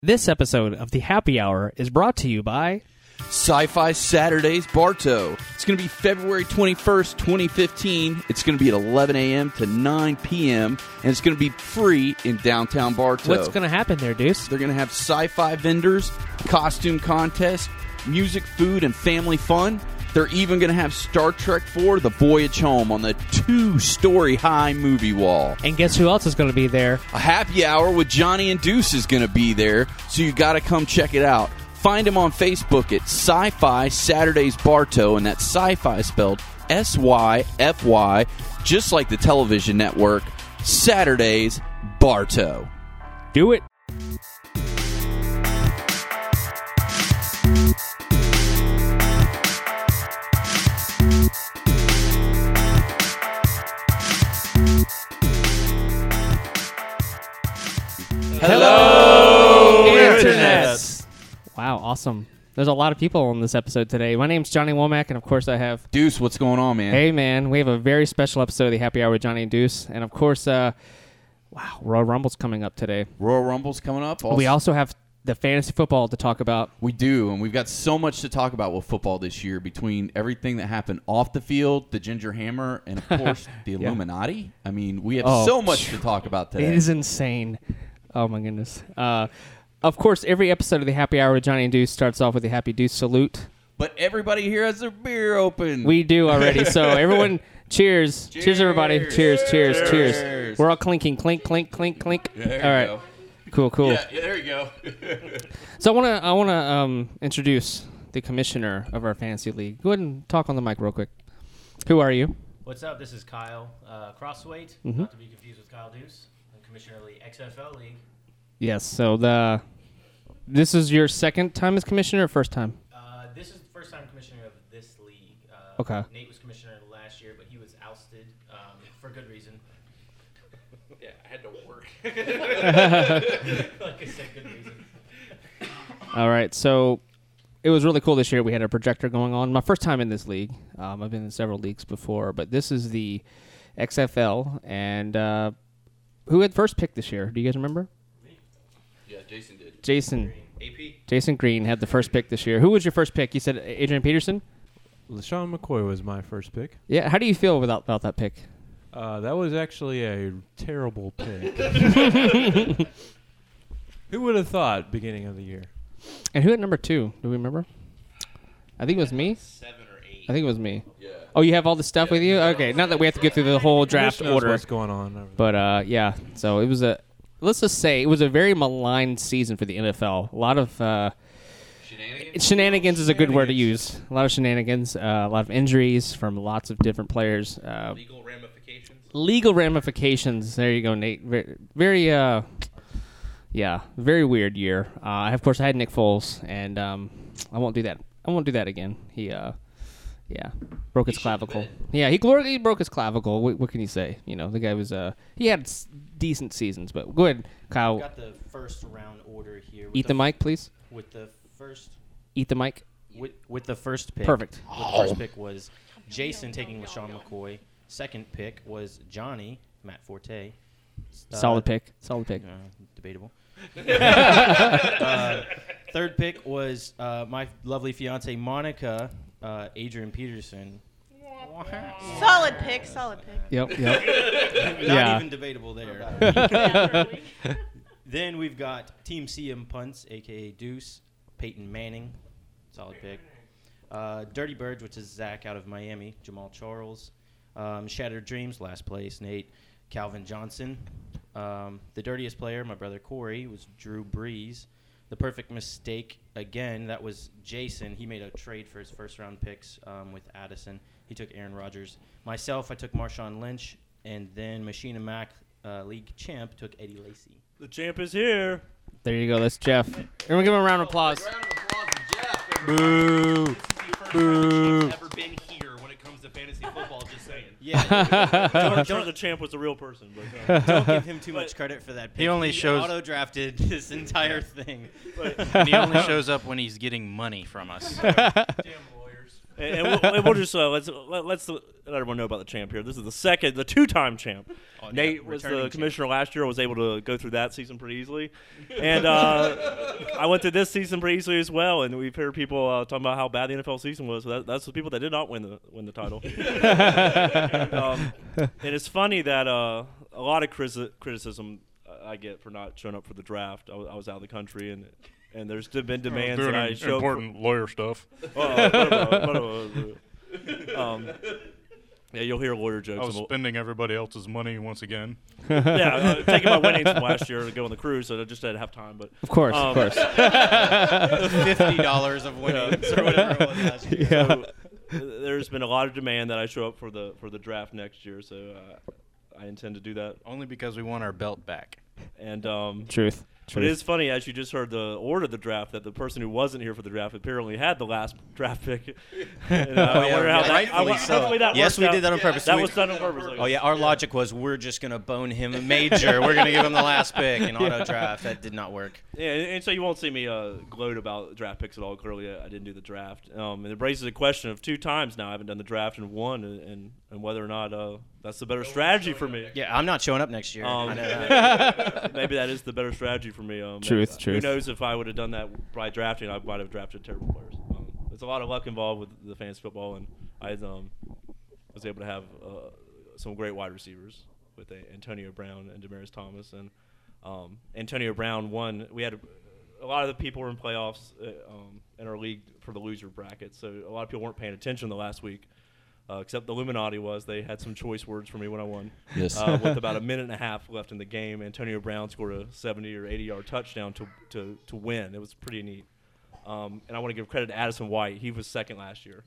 This episode of the Happy Hour is brought to you by Sci Fi Saturdays Bartow. It's going to be February 21st, 2015. It's going to be at 11 a.m. to 9 p.m., and it's going to be free in downtown Bartow. What's going to happen there, Deuce? They're going to have sci fi vendors, costume contest, music, food, and family fun. They're even going to have Star Trek 4 The Voyage Home on the two story high movie wall. And guess who else is going to be there? A happy hour with Johnny and Deuce is going to be there, so you got to come check it out. Find him on Facebook at Sci Fi Saturdays Bartow, and that's sci fi spelled S Y F Y, just like the television network, Saturdays Bartow. Do it. Internet! Wow, awesome. There's a lot of people on this episode today. My name's Johnny Womack, and of course, I have. Deuce, what's going on, man? Hey, man, we have a very special episode of the Happy Hour with Johnny and Deuce. And of course, uh, wow, Royal Rumble's coming up today. Royal Rumble's coming up. But we also have the fantasy football to talk about. We do, and we've got so much to talk about with football this year between everything that happened off the field, the Ginger Hammer, and of course the Illuminati. I mean, we have Oh, so much to talk about today. It is insane. Oh my goodness. Uh, of course, every episode of the Happy Hour with Johnny and Deuce starts off with the Happy Deuce salute. But everybody here has their beer open. We do already. so everyone, cheers. cheers, everybody. Cheers, cheers, cheers, Cheers. We're all clinking, clink, clink, clink, clink. there you all right. go. Cool, cool. yeah, yeah, there you go. So I want to, I want to um, introduce the commissioner of our fantasy league. Go ahead and talk on the mic real quick. Who are you? What's up? This is Kyle uh, Crossweight, not to be confused with Kyle Deuce, the Commissioner of the XFL League. Yes. So the, this is your second time as commissioner, or first time? Uh, this is the first time commissioner of this league. Uh, Okay. Nate was commissioner last year, but he was ousted um, for good reason. Yeah, I had to work. like I said, good reason. All right, so it was really cool this year. We had a projector going on. My first time in this league. Um, I've been in several leagues before, but this is the XFL. And uh, who had first pick this year? Do you guys remember? yeah, Jason did. Jason. AP. Jason Green had the first pick this year. Who was your first pick? You said Adrian Peterson. LaShawn McCoy was my first pick. Yeah. How do you feel about about that pick? Uh, that was actually a terrible pick. Who would have thought beginning of the year? And who had number two? Do we remember? I think it was me. Seven or eight. I think it was me. Yeah. Oh, you have all this stuff with you? Okay. Not that we have to get through the whole draft Who knows order. What's going on? over But uh, yeah, so it was a let's just say it was a very maligned season for the NFL. A lot of uh, Shenanigans. shenanigans is a good word to use. A lot of shenanigans, uh, a lot of injuries from lots of different players. Uh, Legal ramifications. legal ramifications. There you go, Nate. Very, very uh, yeah, very weird year. Uh, I- of course, I had Nick Foles, and um, I won't do that. I won't do that again. He, uh, yeah, broke his He should've clavicle. been. Yeah, he glor- he broke his clavicle. What, what can you say? You know, the guy was uh, he had s- decent seasons, but go ahead, I've Kyle. got the first round order here. With Eat the mic, please. With the first, Eat the mic. with, with the first pick. Perfect. Oh. With the first pick was Jason taking LaShawn McCoy. Second pick was Johnny, Matt Forte. Uh, Solid pick. Solid pick. Uh, debatable. Uh, third pick was uh, my lovely fiance Monica, uh, Adrian Peterson. Solid pick, solid pick. Yep. Yep. Not Yeah. even debatable there. then we've got Team CM Punts, aka Deuce, Peyton Manning, solid pick. Uh, Dirty Birds, which is Zach out of Miami, Jamal Charles, um, Shattered Dreams, last place, Nate, Calvin Johnson. Um, the dirtiest player, my brother Corey, was Drew Brees. The perfect mistake again. That was Jason. He made a trade for his first round picks um, with Addison. He took Aaron Rodgers. Myself, I took Marshawn Lynch, and then Machine and Mac, uh, league champ, took Eddie Lacy. The champ is here. There you go. That's Jeff. Everyone, give him a round of applause. Round of applause to Jeff. everybody. This is the first time the champ's ever been here when it comes to fantasy football. Just saying. Yeah, I'm sure the champ was the real person, but, uh, don't give him too much credit for that. Pick. He only shows- auto drafted this entire thing. and he only shows up when he's getting money from us. Damn lawyers. and, and we'll, and we'll just uh, let's let, let's let everyone know about the champ here. This is the second, the two-time champ. Nate was the Oh, returning champ. commissioner last year. Was able to go through that season pretty easily, and uh, I went through this season pretty easily as well. And we've heard people uh, talking about how bad the NFL season was. So that, that's the people that did not win the win the title. um, and it's funny that uh, a lot of criti- criticism uh, I get for not showing up for the draft. I was, I was out of the country, and and there's been demands doing that I show up for- Oh, important lawyer stuff. Oh, um, yeah, you'll hear lawyer I was jokes. and- spending everybody else's money once again. Yeah, uh, taking my winnings from last year to go on the cruise, so I just didn't have time. But Of course, Um, of course. fifty dollars of winnings or whatever it was last year. yeah. there's been a lot of demand that I show up for the for the draft next year, so uh, I intend to do that. Only because we want our belt back. And um, Truth. but Truth. it is funny, as you just heard the order of the draft, that the person who wasn't here for the draft apparently had the last draft pick. And, uh, I Oh, yeah, wonder how yeah, that, I rightfully wonder- so. hopefully that Yes, worked we out. did that on purpose. That We- was done on purpose. I Oh yeah, guess. our logic was we're just gonna bone him a major. we're gonna give him the last pick in auto draft. That did not work. Yeah, and, and so you won't see me uh, gloat about draft picks at all. Clearly, I, I didn't do the draft, um, and it raises a question of two times now I haven't done the draft and one, and, and, and whether or not uh, that's the better strategy for me. Yeah, I'm not showing up next year. Um, I know that. Maybe that is the better strategy for me. Um, Truth, who truth. knows if I would have done that by drafting, I might have drafted terrible players. Um, there's a lot of luck involved with the fans football, and I um, was able to have uh, some great wide receivers with uh, Antonio Brown and Demaris Thomas. And um, Antonio Brown won. We had a, a lot of the people were in playoffs uh, um, in our league for the loser bracket, so a lot of people weren't paying attention the last week. Uh, except the Illuminati was. They had some choice words for me when I won. Yes. Uh, with about a minute and a half left in the game, Antonio Brown scored a 70 or 80 yard touchdown to, to, to win. It was pretty neat. Um, and I want to give credit to Addison White. He was second last year.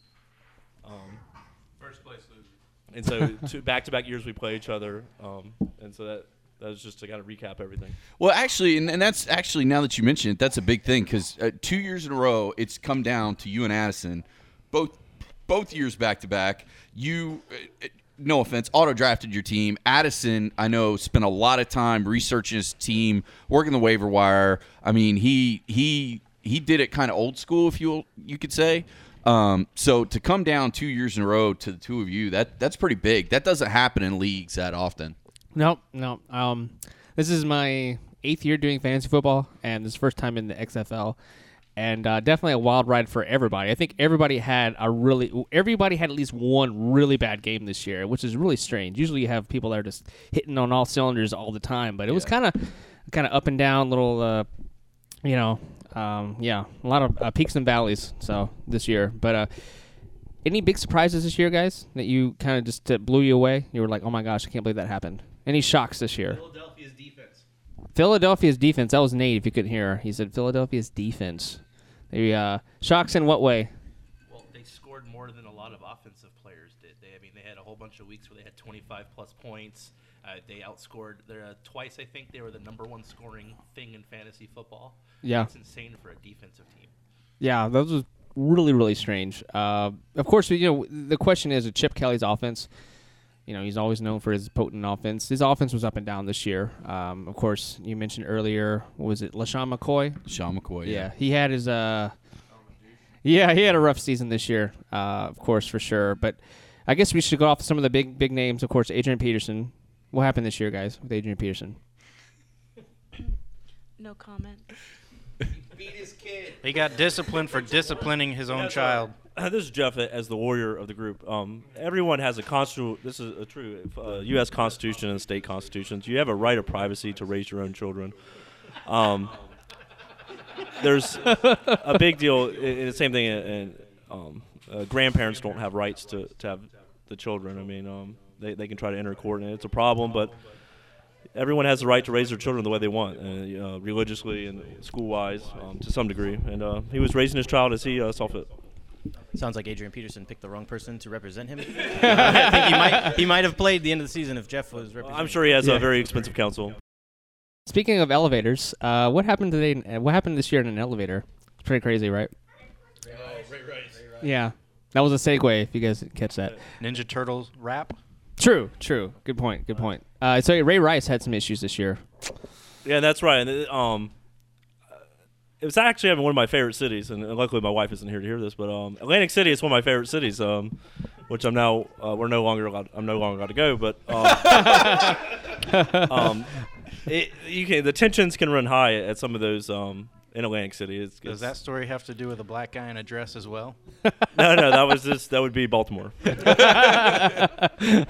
Um, First place loser. and so two back-to-back years we play each other, um, and so that that was just to kind of recap everything. Well, actually, and, and that's actually now that you mention it, that's a big thing because uh, two years in a row, it's come down to you and Addison, both both years back to back. You, uh, uh, no offense, auto drafted your team. Addison, I know, spent a lot of time researching his team, working the waiver wire. I mean, he he he did it kind of old school, if you you could say. Um, so to come down two years in a row to the two of you, that that's pretty big. That doesn't happen in leagues that often. Nope, no. Um, this is my eighth year doing fantasy football, and this is the first time in the XFL, and uh, definitely a wild ride for everybody. I think everybody had a really, everybody had at least one really bad game this year, which is really strange. Usually, you have people that are just hitting on all cylinders all the time, but it was kind of, kind of up and down, little, uh, you know, um, yeah, a lot of uh, peaks and valleys. So this year, but uh, any big surprises this year, guys? That you kind of just uh, blew you away? You were like, "Oh my gosh, I can't believe that happened." Any shocks this year? Philadelphia's defense. Philadelphia's defense. That was Nate. If you couldn't hear, he said Philadelphia's defense. The uh, shocks in what way? Well, they scored more than a lot of offensive players did. They, I mean, they had a whole bunch of weeks where they had 25 plus points. Uh, they outscored their, uh, twice. I think they were the number one scoring thing in fantasy football. Yeah. it's insane for a defensive team. Yeah, that was really really strange. Uh, of course, you know the question is uh, Chip Kelly's offense. You know he's always known for his potent offense. His offense was up and down this year. Um, of course, you mentioned earlier. What was it Lashawn McCoy? Sean McCoy, Yeah, he had his uh Yeah, he had a rough season this year, uh, of course for sure. But I guess we should go off some of the big big names. Of course, Adrian Peterson. What happened this year, guys, with Adrian Peterson? No comment. He got disciplined for disciplining his own child. this is Jeff uh, as the warrior of the group. Um, everyone has a constitutional. This is a true uh, U.S. Constitution and state constitutions. You have a right of privacy to raise your own children. Um, there's a big deal. i- i- the same thing. in- in um, uh, grandparents don't have rights to, to have the children. I mean, um, they they can try to enter court and it's a problem, but. Everyone has the right to raise their children the way they want, uh, uh, religiously and school-wise, um, to some degree. And uh, he was raising his child as he uh, saw fit. Sounds like Adrian Peterson picked the wrong person to represent him. I think he might he might have played the end of the season if Jeff was representing. I'm sure he has a very expensive counsel. Speaking of elevators, uh, what happened today? uh, What happened this year in an elevator? It's pretty crazy, right? Yeah, that was a segue. If you guys didn't catch that. Ninja Turtles rap. True, true. Good point. Good point. Uh, so Ray Rice had some issues this year. Yeah, that's right. And, uh, um, uh, it's actually one of my favorite cities, and luckily my wife isn't here to hear this. But um, Atlantic City is one of my favorite cities, um, which I'm now uh, we're no longer allowed. I'm no longer allowed to go, but um, um, it, you can the tensions can run high at some of those um, in Atlantic City. It's, Does that it's- story have to do with a black guy in a dress as well? no, no, that was just that would be Baltimore.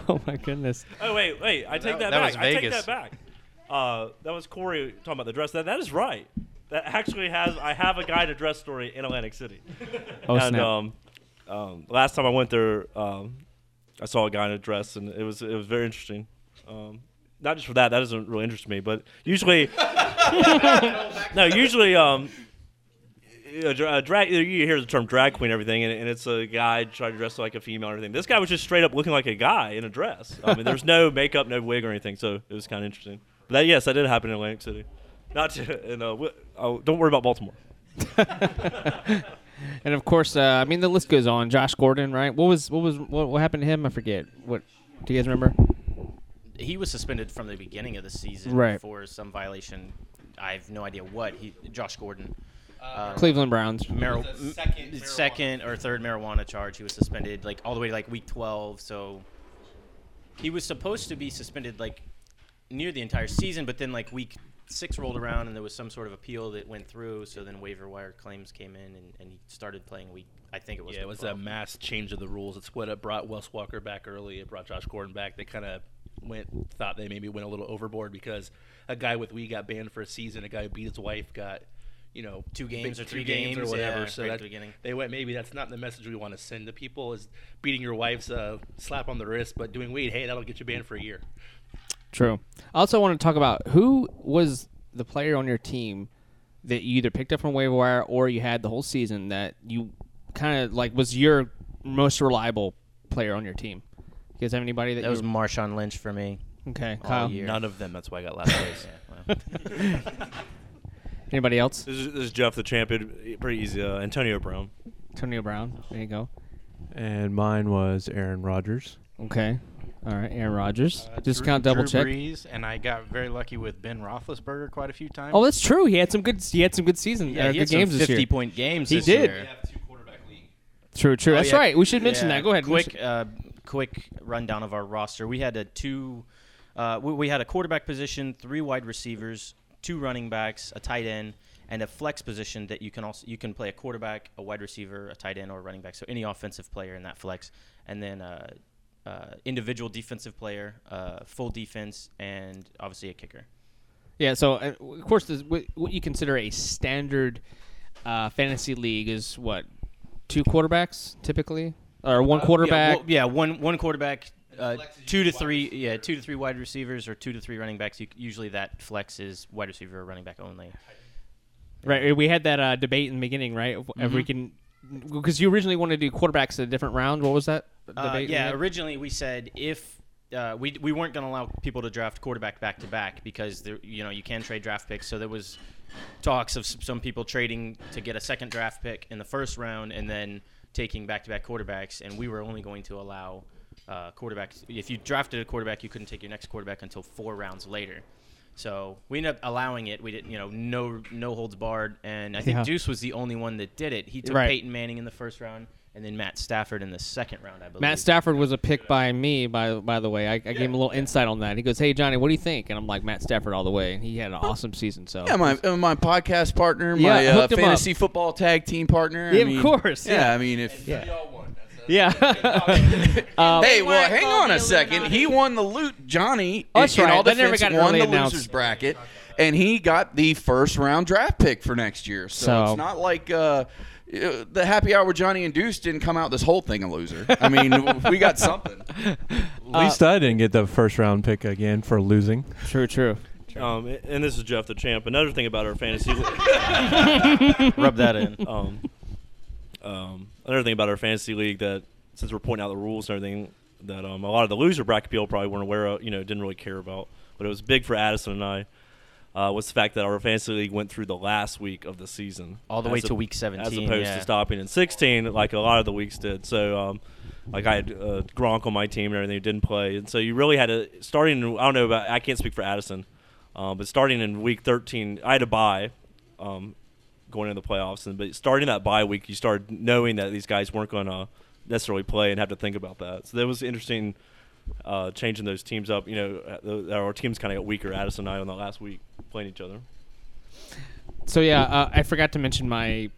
oh my goodness. Oh wait, wait! I take That- that that, back. was I take Vegas. that back. Uh, that was Corey talking about the dress. That that is right. That actually has I have a guy to dress story in Atlantic City. Oh and snap. um, um, last time I went there, um, I saw a guy in a dress, and it was it was very interesting. Um, not just for that. That doesn't really interest me, but usually, no, usually. Um, a dra- a drag, you hear the term drag queen, and everything, and, and it's a guy trying to dress like a female, and everything. This guy was just straight up looking like a guy in a dress. I mean, there's no makeup, no wig or anything, so it was kind of interesting. But that, yes, that did happen in Atlantic City. Not to, and, uh, wi- oh, don't worry about Baltimore. and of course, uh, I mean the list goes on. Josh Gordon, right? What was what was what, what happened to him? I forget. What do you guys remember? he was suspended from the beginning of the season Right. for some violation. I have no idea what. He Josh Gordon, Cleveland Browns. mar- It Uh, was a second m- marijuana. second or third marijuana charge. He was suspended like all the way to like week twelve. So he was supposed to be suspended like near the entire season, but then like week six rolled around and there was some sort of appeal that went through. So then waiver wire claims came in and, and he started playing week. I think it was. Yeah, it week was 12. a mass change of the rules. It's what it brought Wes Walker back early. It brought Josh Gordon back. They kind of went thought they maybe went a little overboard because a guy with we got banned for a season. A guy who beat his wife got you know Two big- games or three or games, whatever. yeah, so right at that- the beginning. they went maybe that's not the message we want to send to people is beating your wife's a slap on the wrist, but doing weed. Hey, that'll get you banned for a year. True. I also want to talk about who was the player on your team that you either picked up from waiver wire or you had the whole season that you kind of like was your most reliable player on your team. You guys have anybody that, That was you Marshawn Lynch for me. okay? all Kyle, year. None of them. That's why I got last place. Wow. anybody else? This is, this is Jeff the champion. Pretty easy. Uh, Antonio Brown. Antonio Brown. There you go. And mine was Aaron Rodgers. Okay. All right. Aaron Rodgers. Uh, Just Drew- kind of double Drew check. Brees, and I got very lucky with Ben Roethlisberger quite a few times. Oh, that's true. He had some good. He had some good season. Yeah, uh, he good had some games this year. fifty-point games. He this did. Year. True. True. Oh, that's yeah. right. We should mention Yeah. that. Go ahead. Quick, uh, quick rundown of our roster. We had a two. Uh, we, we had a quarterback position, three wide receivers, two running backs, a tight end, and a flex position that you can also you can play a quarterback, a wide receiver, a tight end, or a running back. So any offensive player in that flex, and then uh, uh, individual defensive player, uh, full defense, and obviously a kicker. Yeah. So uh, of course, this, what what you consider a standard uh, fantasy league is what two quarterbacks typically, or one quarterback. Uh, Yeah, well, yeah, one one quarterback, uh, two to three. Yeah, two to three wide receivers or two to three running backs. You, usually that flex is wide receiver or running back only. right. We had that uh, debate in the beginning, right? If if we Mm-hmm. can, because you originally wanted to do quarterbacks in a different round. What was that Uh, debate? we yeah, had? originally we said if uh, we we weren't going to allow people to draft quarterback back to back because there, you know you can trade draft picks. So there was talks of s- some people trading to get a second draft pick in the first round and then taking back to back quarterbacks, and we were only going to allow. Uh, quarterbacks. If you drafted a quarterback, you couldn't take your next quarterback until four rounds later. So we ended up allowing it. We didn't, you know, no no holds barred. And I think Yeah. Deuce was the only one that did it. He took Right. Peyton Manning in the first round, and then Matt Stafford in the second round, I believe. Matt Stafford was a pick by me, by by the way. I, I gave him a little insight on that. He goes, "Hey Johnny, what do you think?" And I'm like, "Matt Stafford all the way." And he had an awesome season. So Yeah, my uh, my podcast partner, Yeah, my uh, hooked him up. fantasy football tag team partner. I Yeah, of mean, course, yeah. I mean, if yeah. hey, well, weren't hang called on a the second. He Illuminati. won the loot. Johnny, Oh, that's in right. all They never defense, got an won early the announce- losers bracket, and he got the first round draft pick for next year. So, So- it's not like. Uh, uh, the happy hour with Johnny and Deuce didn't come out this whole thing a loser. I mean, we got something. At Uh, least I didn't get the first round pick again for losing. true, true. Um, and this is Jeff the champ. Another thing about our fantasy. Rub that in. um, um, another thing about our fantasy league that since we're pointing out the rules and everything that um, a lot of the loser bracket people probably weren't aware of, you know, didn't really care about, but it was big for Addison and I uh, was the fact that our fantasy league went through the last week of the season, All the way as to week 17, as opposed yeah. to stopping in 16 like a lot of the weeks did. So. Um, like I had uh, Gronk on my team and everything, who didn't play, and so you really had to starting. in- I don't know about I can't speak for Addison, uh, but starting in week 13, I had to buy. Um, going into the playoffs. And but starting that bye week, you started knowing that these guys weren't going to necessarily play and have to think about that. So that was interesting. Uh, changing those teams up, you know, uh, th- our teams kind of got weaker. Addison and I on the last week playing each other. So yeah, uh, I forgot to mention my.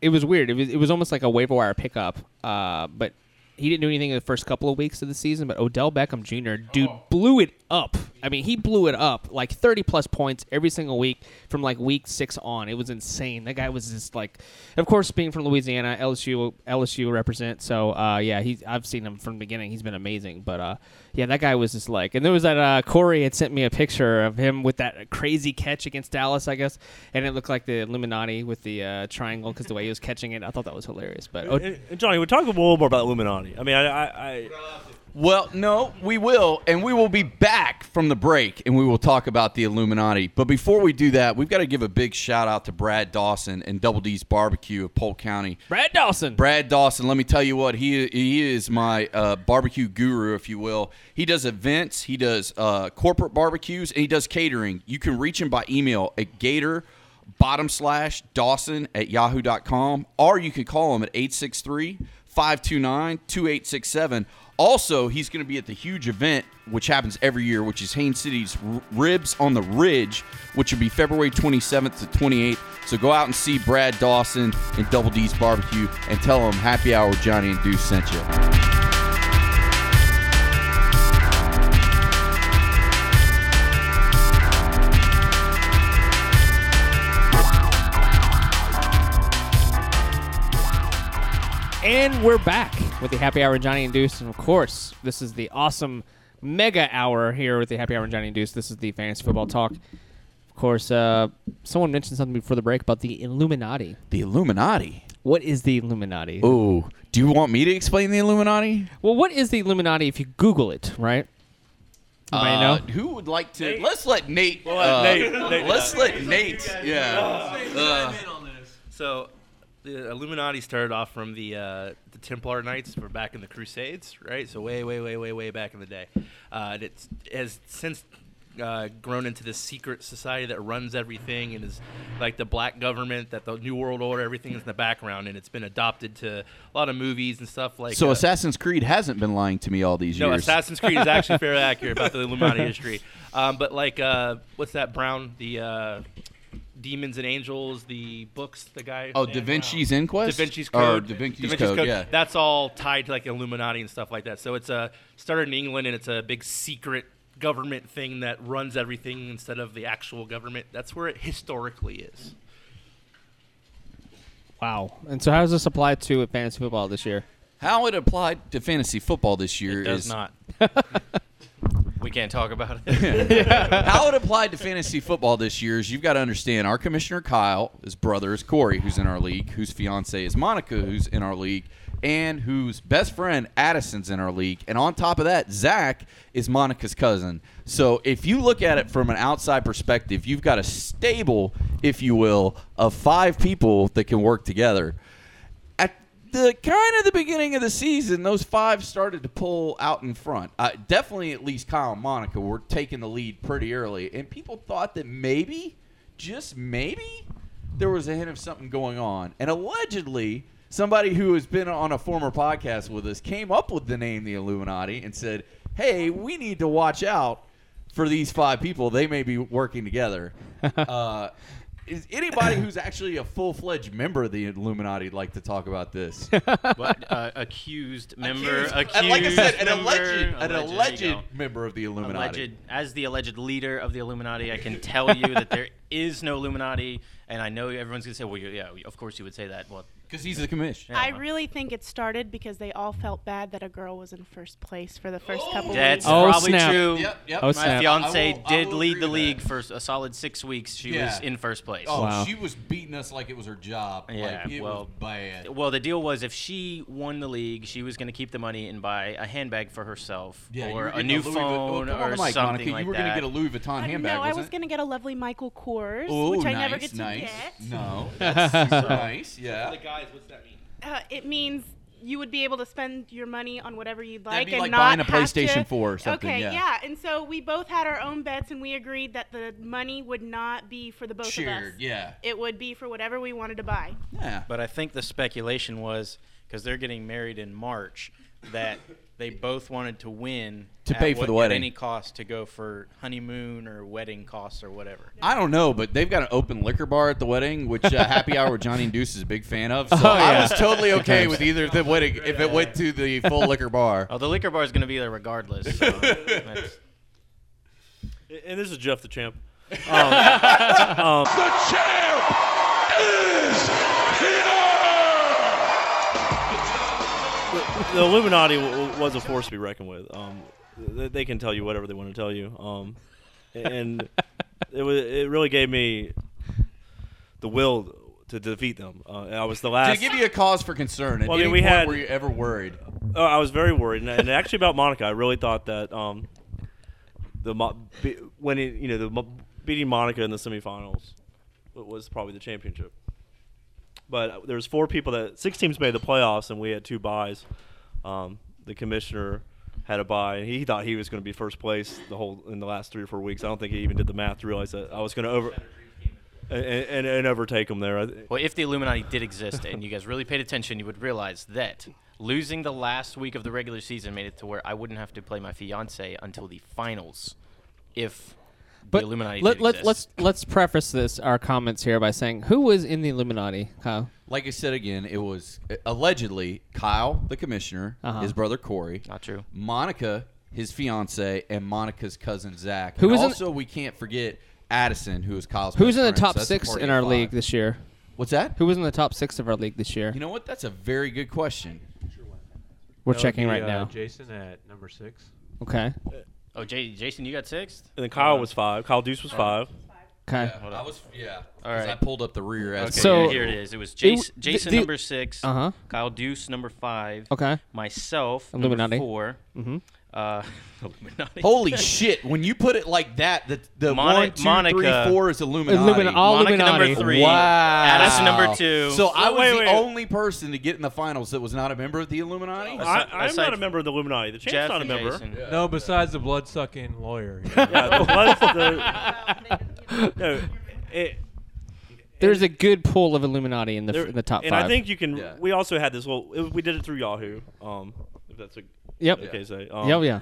It was weird. It was it was almost like a waiver wire pickup, uh, but he didn't do anything in the first couple of weeks of the season. But Odell Beckham Jr. dude blew it up. I mean, he blew it up like thirty plus points every single week from like week six on. It was insane. That guy was just like, of course, being from Louisiana, LSU LSU represent. So uh, yeah, he's I've seen him from the beginning. He's been amazing. But uh, yeah, that guy was just like, and there was that uh, Corey had sent me a picture of him with that crazy catch against Dallas, I guess, and it looked like the Illuminati with the uh, triangle because the way he was catching it, I thought that was hilarious. But oh, And, and Johnny, we're talking a little more about Illuminati. I mean, I, I, I Well, no, we will, and we will be back from the break, and we will talk about the Illuminati. But before we do that, we've got to give a big shout out to Brad Dawson and Double D's Barbecue of Polk County. Brad Dawson, Brad Dawson, let me tell you what he he is my uh, barbecue guru, if you will. He does events, he does uh, corporate barbecues, and he does catering. You can reach him by email at Gator bottom slash Dawson at yahoo.com, or you can call him at 863 529 2867. Also, he's going to be at the huge event, which happens every year, which is Haines City's R- Ribs on the Ridge, which will be February 27th to 28th. So go out and see Brad Dawson and Double D's Barbecue and tell them Happy Hour Johnny and Deuce sent you. and we're back with the Happy Hour with Johnny and Deuce, and of course, this is the awesome mega hour here with the Happy Hour with Johnny and Deuce. This is the fantasy football talk. Of course, uh, someone mentioned something before the break about the Illuminati. The Illuminati. What is the Illuminati? Oh, do you want me to explain the Illuminati? Well, what is the Illuminati if you Google it, right? Anybody Uh, know? Who would like to? Let's let Nate. uh, Nate- Nate- let's let Nate. Yeah. Uh, So, the Illuminati started off from the uh, the Templar Knights from back in the Crusades, right? So way, way, way, way, way back in the day. Uh, and it's, it has since uh, grown into this secret society that runs everything and is like the black government, that the New World Order, everything is in the background, and it's been adopted to a lot of movies and stuff like. so uh, Assassin's Creed hasn't been lying to me all these no, years. Assassin's Creed is actually fairly accurate about the Illuminati history. Um, but like, uh, what's that Brown? The uh, demons and angels, the books, the guy. Oh, Da Vinci's Inquest. Da Vinci's Or Code. Oh, Da Vinci's, Code, Yeah. That's all tied to like Illuminati and stuff like that. So it's a started in England and it's a big secret government thing that runs everything instead of the actual government. That's where it historically is. Wow. And so, how does this apply to fantasy football this year? How it applied to fantasy football this year It does is not. we can't talk about it. how it applied to fantasy football this year is you've got to understand our commissioner Kyle, his brother is Corey, who's in our league, whose fiance is Monica, who's in our league, and whose best friend Addison's in our league. And on top of that, Zach is Monica's cousin. So if you look at it from an outside perspective, you've got a stable, if you will, of five people that can work together at the kind of the beginning of the season, those five started to pull out in front. Uh, definitely, at least Kyle and Monica were taking the lead pretty early, and people thought that maybe, just maybe, there was a hint of something going on. And allegedly, somebody who has been on a former podcast with us came up with the name the Illuminati and said, "Hey, we need to watch out." For these five people, they may be working together. Uh, is anybody who's actually a full fledged member of the Illuminati like to talk about this? But, uh, accused member, Accused- accused, like I said, an member, alleged, an alleged, alleged there you go. member of the Illuminati. alleged as the alleged leader of the Illuminati, I can tell you that there is no Illuminati, and I know everyone's gonna say, "Well, you- yeah, of course you would say that." Well, Because he's the commission. I I don't know. really think it started because they all felt bad that a girl was in first place for the first couple that's weeks. Oh, probably snap. true. Yep, yep. Oh, My snap. fiance I will- I did will lead agree the with league that. for a solid six weeks. She Yeah. was in first place. Oh, Wow. she was beating us like it was her job. Yeah, like it was well, bad. Well, the deal was if she won the league, she was going to keep the money and buy a handbag for herself Yeah, you or were a getting new Louis Vu- oh, phone come on or the mic, something Monica. like you were that. to get a Louis Vuitton Uh, handbag. no, I wasn't was it? gonna get a lovely Michael Kors, Ooh, which I nice, never get to nice. get. No, that's super nice. The Yeah. guys, what's that mean? Uh, it means you would be able to spend your money on whatever you'd like That'd be and like not buying a have PlayStation to- 4 or something, Okay, yeah. And so we both had our own bets, and we agreed that the money would not be for the both of us. Shared, yeah. It would be for whatever we wanted to buy. Yeah. But I think the speculation was because they're getting married in March that they both wanted to win To at pay for what- the at wedding. any cost to go for honeymoon or wedding costs or whatever. I don't know, but they've got an open liquor bar at the wedding, which uh, Happy Hour with Johnny and Deuce is a big fan of. So Oh, I was totally okay with either if it, went, if it went to the full liquor bar. Oh, the liquor bar is going to be there regardless. So that's- And this is Jeff the champ. Um, the Illuminati w- w- was a force to be reckoned with. Um, they, they can tell you whatever they want to tell you. Um, and it was it really gave me the will to defeat them. Uh, and I was the To last. give you a cause for concern, at Well, I any mean, we point had- were you ever worried? Oh, I was very worried, and, and actually about Monica, I really thought that um, the mo- be, when it, you know the mo- beating Monica in the semifinals wa- was probably the championship. But there was four people that six teams made the playoffs, and we had two buys. Um, the commissioner had a buy, and he thought he was going to be first place the whole in the last three or four weeks. I don't think he even did the math to realize that I was going to over and, and, and overtake him there. I th- well, if the Illuminati did exist and you guys really paid attention, you would realize that losing the last week of the regular season made it to where I wouldn't have to play my fiance until the finals if But the Illuminati let, did let, exist. let's let's preface this our comments here by saying who was in the Illuminati, Kyle? Like I said again, it was uh, allegedly Kyle, the commissioner, Uh-huh. his brother Corey, Not true. Monica, his fiance, and Monica's cousin Zach. Who and was in- also we can't forget Addison, who is Kyle's. Who's best in the friend, so top that's a six party in of our five. league this year? What's that? Who was in the top six of our league this year? You know what? That's a very good question. We're That would checking be, right uh, now. Jason at number six. okay. Oh, J- Jason, you got sixth? and then Kyle Uh-huh. was five. Kyle Deuce was five. Okay. I was yeah. All right. I pulled up the rear. as Okay, So- yeah, here it is. It was Jason, w- the- Jason the- number 6 Uh-huh. Kyle Deuce number five, Okay. myself Illuminati. number 4 Mm-hmm. Uh, Illuminati. Holy shit! When you put it like that, the the Moni- one, two, three, Monica- four is Illuminati. Illumina- all Monica Illuminati. number three. Wow. Addison number two. So I was wait, the wait. only person to get in the finals that was not a member of the Illuminati. I, Aside- I'm aside not a member of the Illuminati. The champ's Jeff not a and member. Jason. No, besides the blood sucking lawyer. Yeah, the ones that- no, it- There's a good pool of Illuminati in the there- in the top and five. I think you can. Yeah. We also had this. Well, it, we did it through Yahoo. Um, if that's a, Yep. okay. Yeah. Say. Yeah, Um, yeah.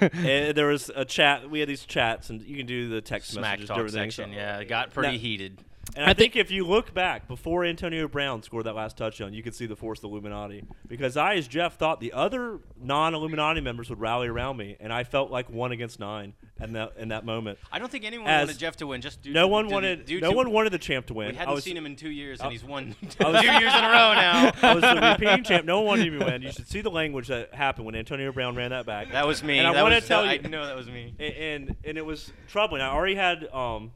and there was a chat. We had these chats, and you can do the text Smack messages, talk different things. section. Yeah, it got pretty Now- heated. And I, think, if you look back before Antonio Brown scored that last touchdown, you could see the force of the Illuminati. Because I, as Jeff, thought the other non-Illuminati members would rally around me, and I felt like one against nine in that in that moment. I don't think anyone As- wanted Jeff to win. Just due No to- one due to- wanted. due No to- one wanted the champ to win. We I hadn't was- seen him in two years, and he's won was- two years in a row now. I was the repeating champ. No one wanted me to win. You should see the language that happened when Antonio Brown ran that back. That was me. And I that wanna was, tell I you- know that was me. and, and and it was troubling. I already had um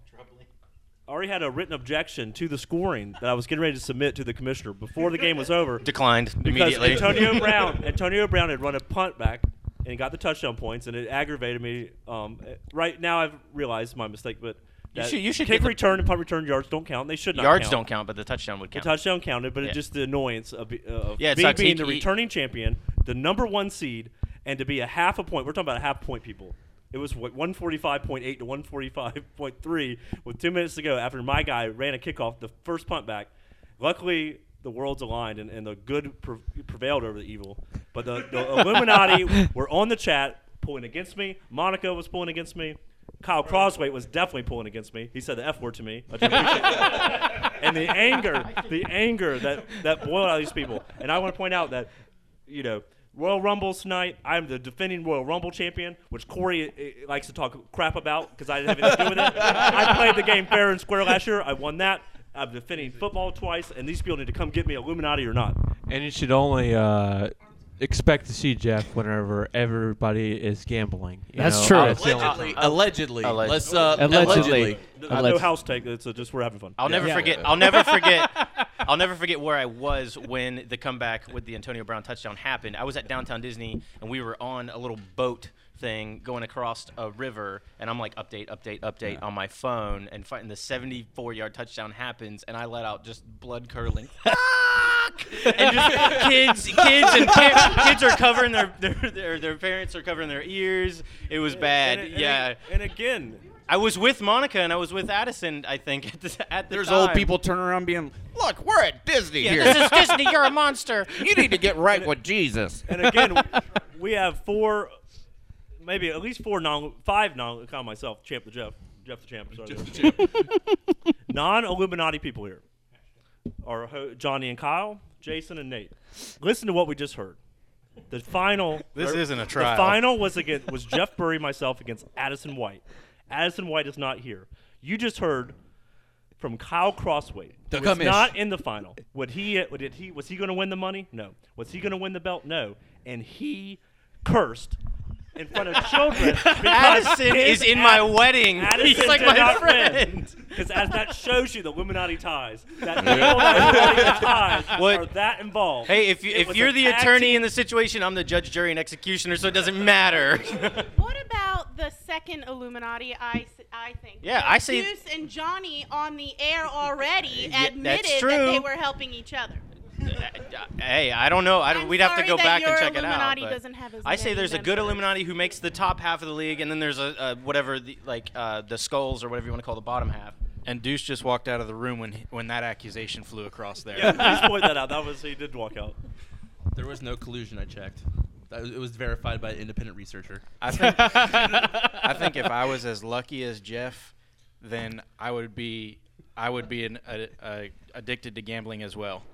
already had a written objection to the scoring that I was getting ready to submit to the commissioner before the game was over. Declined because immediately. Antonio Brown Antonio Brown had run a punt back and he got the touchdown points and it aggravated me. Um, eh, right now I've realized my mistake, but that should- you should kick get the- return and punt return yards don't count. They should not Yards count. don't count, but the touchdown would The count. touchdown counted, but Yeah. it's just the annoyance of, be- of Yeah, it me sucks. being He- the he- returning champion, the number one seed, and to be a half a point. We're talking about a half point, people. It was what 145.8 to 145.3 with two minutes to go after my guy ran a kickoff, the first punt back. Luckily, the world's aligned and, and the good pre- prevailed over the evil. But the, the Illuminati were on the chat pulling against me. Monica was pulling against me. Kyle Crosway was definitely pulling against me. He said the F word to me. I do appreciate and the anger, the anger that that boiled out of these people. And I want to point out that, you know, Royal Rumble tonight. I'm the defending Royal Rumble champion, which Corey eh, eh, likes to talk crap about because I didn't have anything to do with it. I played the game fair and square last year. I won that. I'm defending football twice, and these people need to come get me, Illuminati or not. and you should only uh, expect to see Jeff whenever everybody is gambling. you That's know? true. That's the only Allegedly, allegedly, Alleged- Let's, uh, Allegedly. allegedly. No, no Alleged- house take. It's uh, just we're having fun. I'll never Yeah. forget. I'll never forget. I'll never forget where I was when the comeback with the Antonio Brown touchdown happened. I was at downtown Disney and we were on a little boat thing going across a river and I'm like update update update on my phone and fighting the 74 yard touchdown happens and I let out just blood curdling and just kids kids and pa- kids are covering their, their their their parents are covering their ears it was bad And- and- yeah And again, I was with Monica and I was with Addison I think at the, at the There's time. old people turning around being, look, we're at Disney here. is Disney. You're a monster. you need to get right with Jesus. and again, we have four, maybe at least four non, five non, count myself, champ the Jeff, Jeff the champ, sorry, non Illuminati people here are ho- Johnny and Kyle, Jason and Nate. Listen to what we just heard. The final. This or- isn't a trial. The final was again was Jeff Burry myself against Addison White. Addison White is not here. You just heard from Kyle Crossway. The who is commish. not in the final. Would he? Would it, he? Was he going to win the money? No. Was he going to win the belt? No. And he cursed in front of children. because Addison his is in my ad- wedding. Addison He's like did my not friend. Because as that shows you the Illuminati ties, that the Illuminati ties What- are that involved. Hey, if you, It if was you're a the tag attorney team- in the situation, I'm the judge, jury, and executioner, so it doesn't matter. What about the second Illuminati? I, s- I think. Yeah, I see- Deuce and Johnny on the air already that's admitted true. that they were helping each other. hey, I don't know. I don't, I'm we'd have to sorry go that back and your check Illuminati it out. but doesn't have as I say many there's a good members. Illuminati who makes the top half of the league, and then there's a, a whatever the, like uh, the skulls or whatever you want to call the bottom half. And Deuce just walked out of the room when when that accusation flew across there. Yeah, please point that out. That was he did walk out. There was no collusion. I checked. That was- It was verified by an independent researcher. I think I think if I was as lucky as Jeff, then I would be I would be an, a, a, addicted to gambling as well.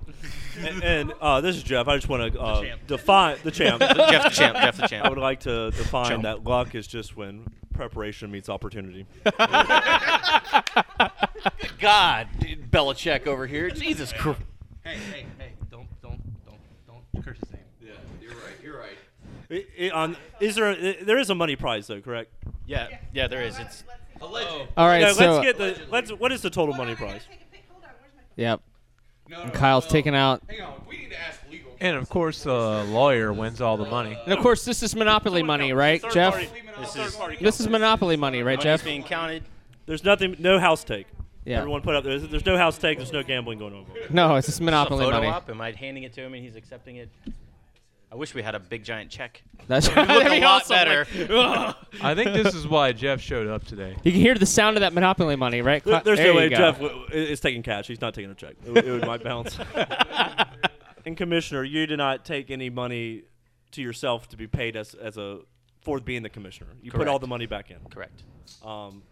And, and, uh, this is Jeff. I just want to uh, define the champ. Jeff the champ. Jeff the champ. I would like to define that luck is just when preparation meets opportunity. God, dude, Belichick over here. Jesus Christ. Hey, hey, hey! Don't, don't, don't, don't curse his name. Yeah, you're right. You're right. I- I- on- is there a- there is a money prize though, correct? Yeah, yeah, there is. It's All right, No, so let's get the let's. What is the total money prize? yep. And Kyle's taking out, Hang on. We need to ask legal. And of course, the lawyer wins all the money. and of course, this is monopoly money, right, Third Jeff? party- third party This is count. monopoly money, right, money's Jeff? being counted. There's nothing. No house take. Yeah. Everyone put up. There's, there's no house take. There's no gambling going on. No, it's just A monopoly photo money. op. Am I handing it to him and he's accepting it? I wish we had a big giant check. That's Look That'd a be lot awesome. better. I think this is why Jeff showed up today. You can hear the sound of that monopoly money, right? There- Cla- There's there no you way go. Jeff w- w- is taking cash. He's not taking a check. It, it might bounce. and commissioner, you did not take any money to yourself to be paid as as a for being the commissioner. You put all Correct. the money back in. Correct. Um,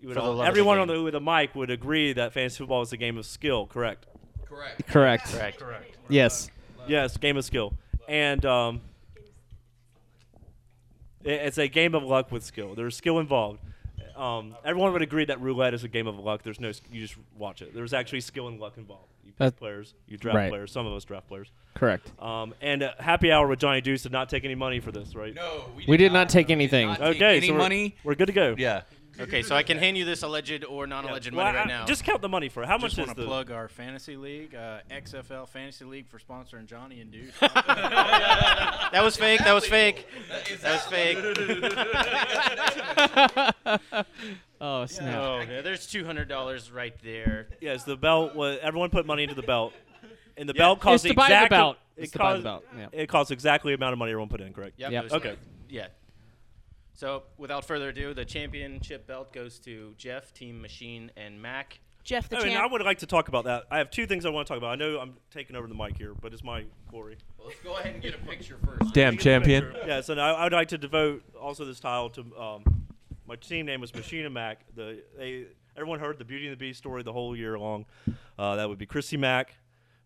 you would For the all- love of the everyone on game. the, with a mic would agree that fantasy football is a game of skill. Correct. Correct. Correct. Correct. Yes. Yes, game of skill, and um, i- it's a game of luck with skill. There's skill involved. Um, everyone would agree that roulette is a game of luck. There's no, s- you just watch it. There's actually skill and luck involved. You pick That- players, you draft right. players. Some of us draft players. Correct. Um, and uh, happy hour with Johnny Deuce did not take any money for this, right? No, We did not take anything. take Okay, any so we're, money? we're good to go. Yeah. Okay, so I can hand you this alleged or non-alleged Well, money I- right now. Just count the money for it. How Just much want is to the? plug our fantasy league, uh, XFL fantasy league, for sponsoring Johnny and Deuce. that was fake. That was fake. That was fake. Oh snap! Oh, yeah, there's two hundred dollars right there. Yes, the belt was. Everyone put money into the belt, and the belt cost It's the to buy the exact. belt. It It's to buy the cost- belt, yeah. It costs exactly the amount of money everyone put in. Correct. Yep. Yep. those- Okay. Yeah. So without further ado, the championship belt goes to Jeff, Team Machine, and Mac. Jeff the I mean, I champ. would like to talk about that. I have two things I want to talk about. I know I'm taking over the mic here, but it's my glory. Let's go ahead and get a picture first. Damn champion. Yeah, so now I would like to devote also this title to um, my team name was Machine and Mac. The they everyone heard the Beauty and the Beast story the whole year long. Uh, that would be Chrissy Mack,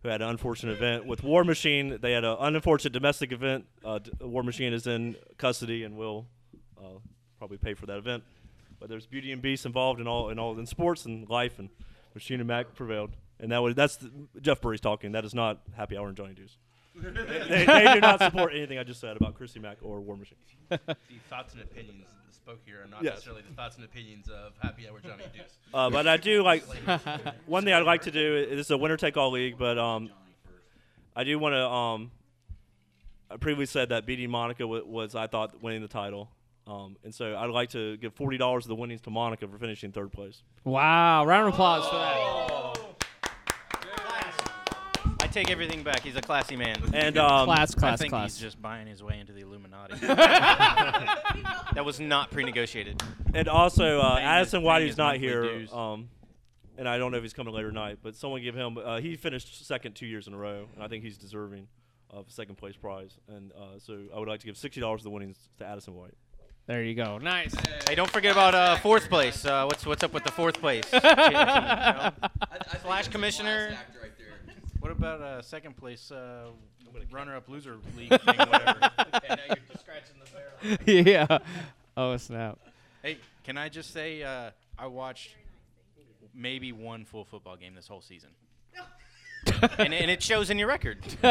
who had an unfortunate event with War Machine. They had an unfortunate domestic event. Uh, d- War Machine is in custody and will uh, probably pay for that event. But there's Beauty and Beast involved in all in all in sports and life, and Machine and Mac prevailed. And that was that's the, Jeff Burry's talking. That is not Happy Hour and Johnny Deuce. they, they do not support anything I just said about Christy Mack or War Machine. the thoughts and opinions that spoke here are not Yes. necessarily the thoughts and opinions of Happy Hour Johnny Deuce. Uh, but I do like one thing I'd like to do. This is a winner take all league, but um, I do want to um, I previously said that beating Monica was, was I thought winning the title, um, and so I'd like to give forty dollars of the winnings to Monica for finishing third place. Wow! Round of applause for that. I take everything back. He's a classy man. And, um, Class, I think he's just buying his way into the Illuminati. that was not pre-negotiadded. And also, uh, Paying his- Addison paying Whitey's his not monthly here, dues. um, and I don't know if he's coming later tonight. But someone give him. Uh, he finished second two years in a row, and I think he's deserving of a second place prize. And uh, so I would like to give sixty dollars of the winnings to Addison White. There you go. Nice. Hey, don't forget about uh, fourth place. Uh, what's what's up with the fourth place? Flash commissioner. What about uh, second place uh, runner-up loser league thing, whatever? Okay, now you're scratching the yeah. Oh snap. Hey, can I just say uh, I watched maybe one full football game this whole season. and, and it shows in your record. It's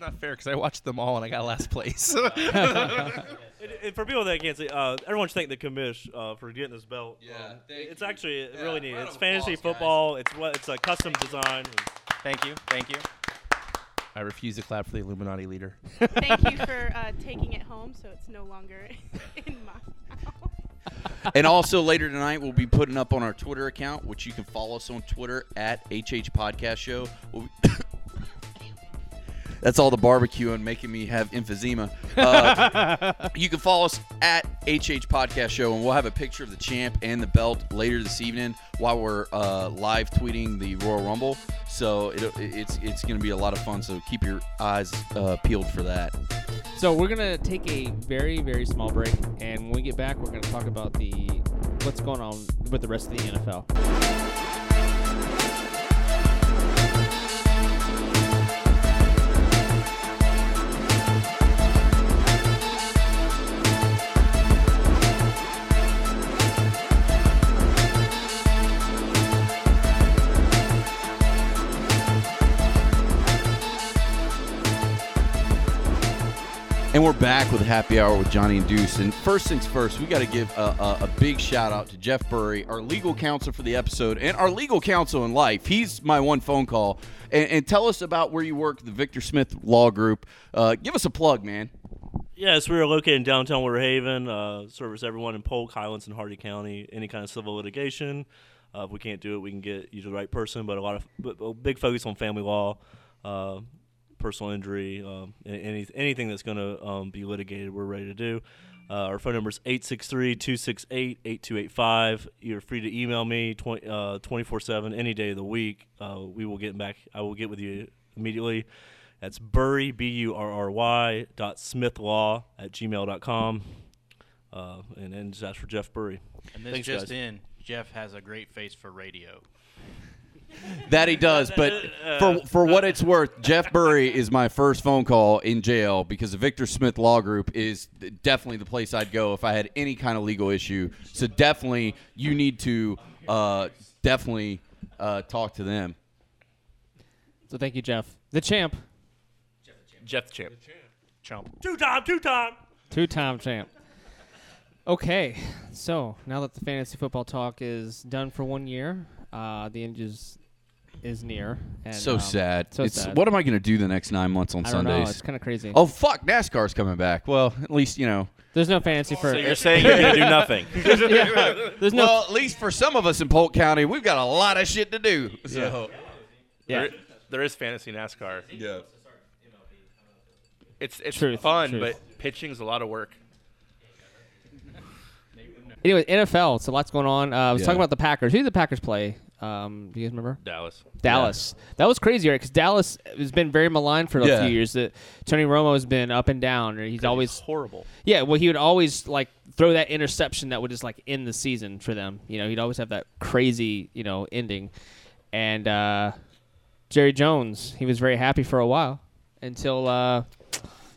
not fair because I watched them all and I got last place. And, and for people that can't see, uh, everyone should thank the commish uh, for getting this belt. Yeah, it's actually really neat. It's fantasy football. It's what it's a custom design. Thank you, thank you. I refuse to clap for the Illuminati leader. Thank you for uh, taking it home, so it's no longer in my house. and also later tonight, we'll be putting up on our Twitter account, which you can follow us on Twitter at HH Podcast Show. We'll be- That's all the barbecue and making me have emphysema. Uh, you can follow us at HH Podcast Show, and we'll have a picture of the champ and the belt later this evening while we're uh, live tweeting the Royal Rumble. So it, it's it's going to be a lot of fun. So keep your eyes uh, peeled for that. So we're gonna take a very very small break, and when we get back, we're gonna talk about the what's going on with the rest of the NFL. And we're back with Happy Hour with Johnny and Deuce. And first things first, we got to give a, a, a big shout out to Jeff Burry, our legal counsel for the episode and our legal counsel in life. He's my one phone call. And, and tell us about where you work, the Victor Smith Law Group. Uh, give us a plug, man. Yes, we are located in downtown Winter Haven. Uh, service everyone in Polk, Highlands, and Hardy County. Any kind of civil litigation. Uh, if we can't do it, we can get you to the right person. But a lot of but a big focus on family law, uh, personal injury, um, a- any, anything that's going to um, be litigated, we're ready to do. Uh, our phone number is 863-268-8285. You're free to email me 20, uh, 24-7 any day of the week. Uh, we will get back. I will get with you immediately. That's Burry, B U R R Y, dot Smithlaw at gmail.com. Uh, and then just ask for Jeff Burry. And this Thanks, just guys. in, Jeff has a great face for radio. That he does. But for, for what it's worth, Jeff Burry is my first phone call in jail because the Victor Smith Law Group is definitely the place I'd go if I had any kind of legal issue. So definitely, you need to uh, definitely uh, talk to them. So thank you, Jeff, the champ, Jeff Champ. Champ. Two time, two time. two time champ. Okay, so now that the fantasy football talk is done for one year, uh, the end is is near. And, so um, sad. So it's sad. what am I going to do the next nine months on I don't know, Sundays? it's kinda crazy. Oh fuck, NASCAR's coming back. Well, at least you know. There's no fantasy for. you're saying you're gonna do nothing. Yeah, There's no. Well, at least for some of us in Polk County, we've got a lot of shit to do. So Yeah. There, there is fantasy NASCAR. yeah. It's it's Truth, fun, truth. but pitching's a lot of work. Anyway, NFL. So lots going on. Uh, I was Yeah. talking about the Packers. Who did the Packers play? Um, do you guys remember? Dallas. Dallas. That was crazy, right? Because Dallas has been very maligned for a Yeah. few years. That Tony Romo has been up and down. or He's always horrible. yeah. Well, he would always like throw that interception that would just like end the season for them. You know, he'd always have that crazy you know ending. And uh, Jerry Jones, he was very happy for a while until uh,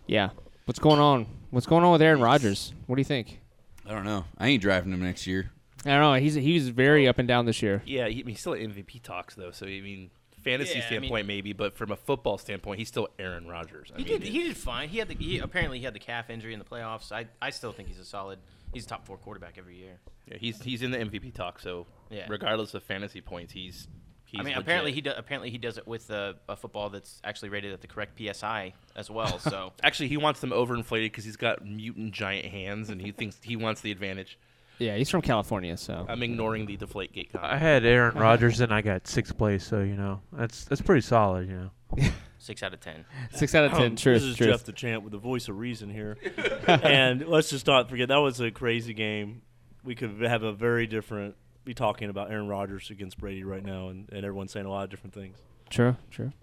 yeah. What's going on? What's going on with Aaron Rodgers? What do you think? I don't know. I ain't driving them next year. Oh. I don't know. He's he was very up and down this year. Yeah, he, he's still at MVP talks though. So I mean, fantasy Yeah, I mean- standpoint, maybe, but from a football standpoint, he's still Aaron Rodgers. I He mean, did. He did fine. He had the. He, apparently, he had the calf injury in the playoffs. I, I still think he's a solid. He's a top four quarterback every year. yeah, he's he's in the MVP talk, so Yeah. regardless of fantasy points, he's. he's I mean, legit. apparently he do, apparently he does it with a, a football that's actually rated at the correct PSI as well. So Actually, he wants them overinflated because he's got mutant giant hands, and he thinks he wants the advantage. Yeah, he's from California, so I'm ignoring the deflate gate I had Aaron Rodgers and I got sixth place, so you know that's that's pretty solid. You know, six out of ten. Six out of ten. Truth. This is truth. Jeff the Champ with the voice of reason here. and let's just not forget that was a crazy game. We could have a very different be talking about Aaron Rodgers against Brady right now and, and everyone saying a lot of different things. True. True.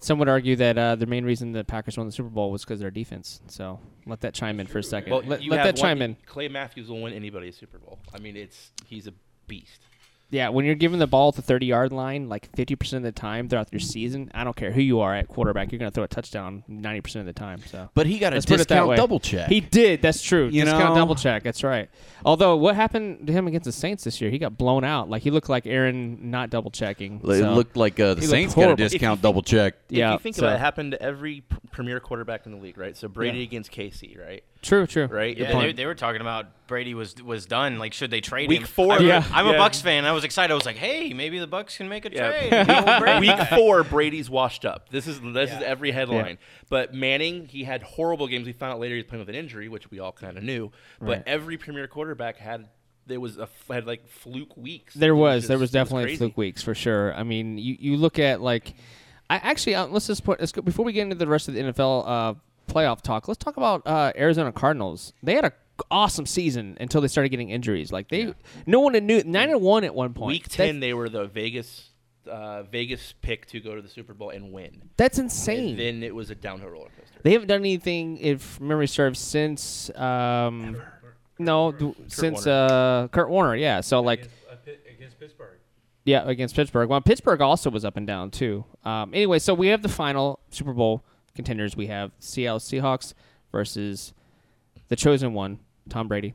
Some would argue that uh, the main reason the Packers won the Super Bowl was because their defense. So let that chime in for a second. Well, let you let have that one- chime in. Clay Matthews will win anybody a Super Bowl. I mean, it's he's a beast. Yeah, when you're giving the ball at the 30 yard line, like 50% of the time throughout your season, I don't care who you are at quarterback, you're going to throw a touchdown 90% of the time. So, But he got a Let's put it that discount way. double check. He did. That's true. You discount know? double check. That's right. Although, what happened to him against the Saints this year? He got blown out. Like he looked like Aaron not double checking. It looked like uh, the He looked Saints got a horrible. discount double check. Yeah, if you think so- about it, it happened to every pr- premier quarterback in the league, right? So Brady against Casey, right? True. True. Right? Yeah, they, they were talking about Brady was was done. Like, should they trade Week him? four, I, Yeah. I'm yeah. a Bucks fan. I was excited. I was like, hey, maybe the Bucks can make a trade. Yeah. Old Brady. Week four, Brady's washed up. This is this is every headline. But Manning, he had horrible games. We found out later he's playing with an injury, which we all kind of knew. But Right. every premier quarterback had there was a f- had like fluke weeks. There It was there just- was it definitely crazy. fluke weeks for sure. I mean, you, you look at like, I actually uh, let's just put let's go, before we get into the rest of the NFL uh, playoff talk. Let's talk about uh, Arizona Cardinals. They had a awesome season until they started getting injuries. Like they, no one knew nine and one at one point. Week That's- ten, they were the Vegas uh, Vegas pick to go to the Super Bowl and win. That's And insane. then it was a downhill roller coaster. They haven't done anything, if memory serves, since um, no, d- since uh, Kurt Warner. Yeah, so like against Pittsburgh. Yeah, against Pittsburgh. Well, Pittsburgh also was up and down too. Um, anyway, so we have the final Super Bowl contenders. We have Seattle Seahawks versus the chosen one, Tom Brady.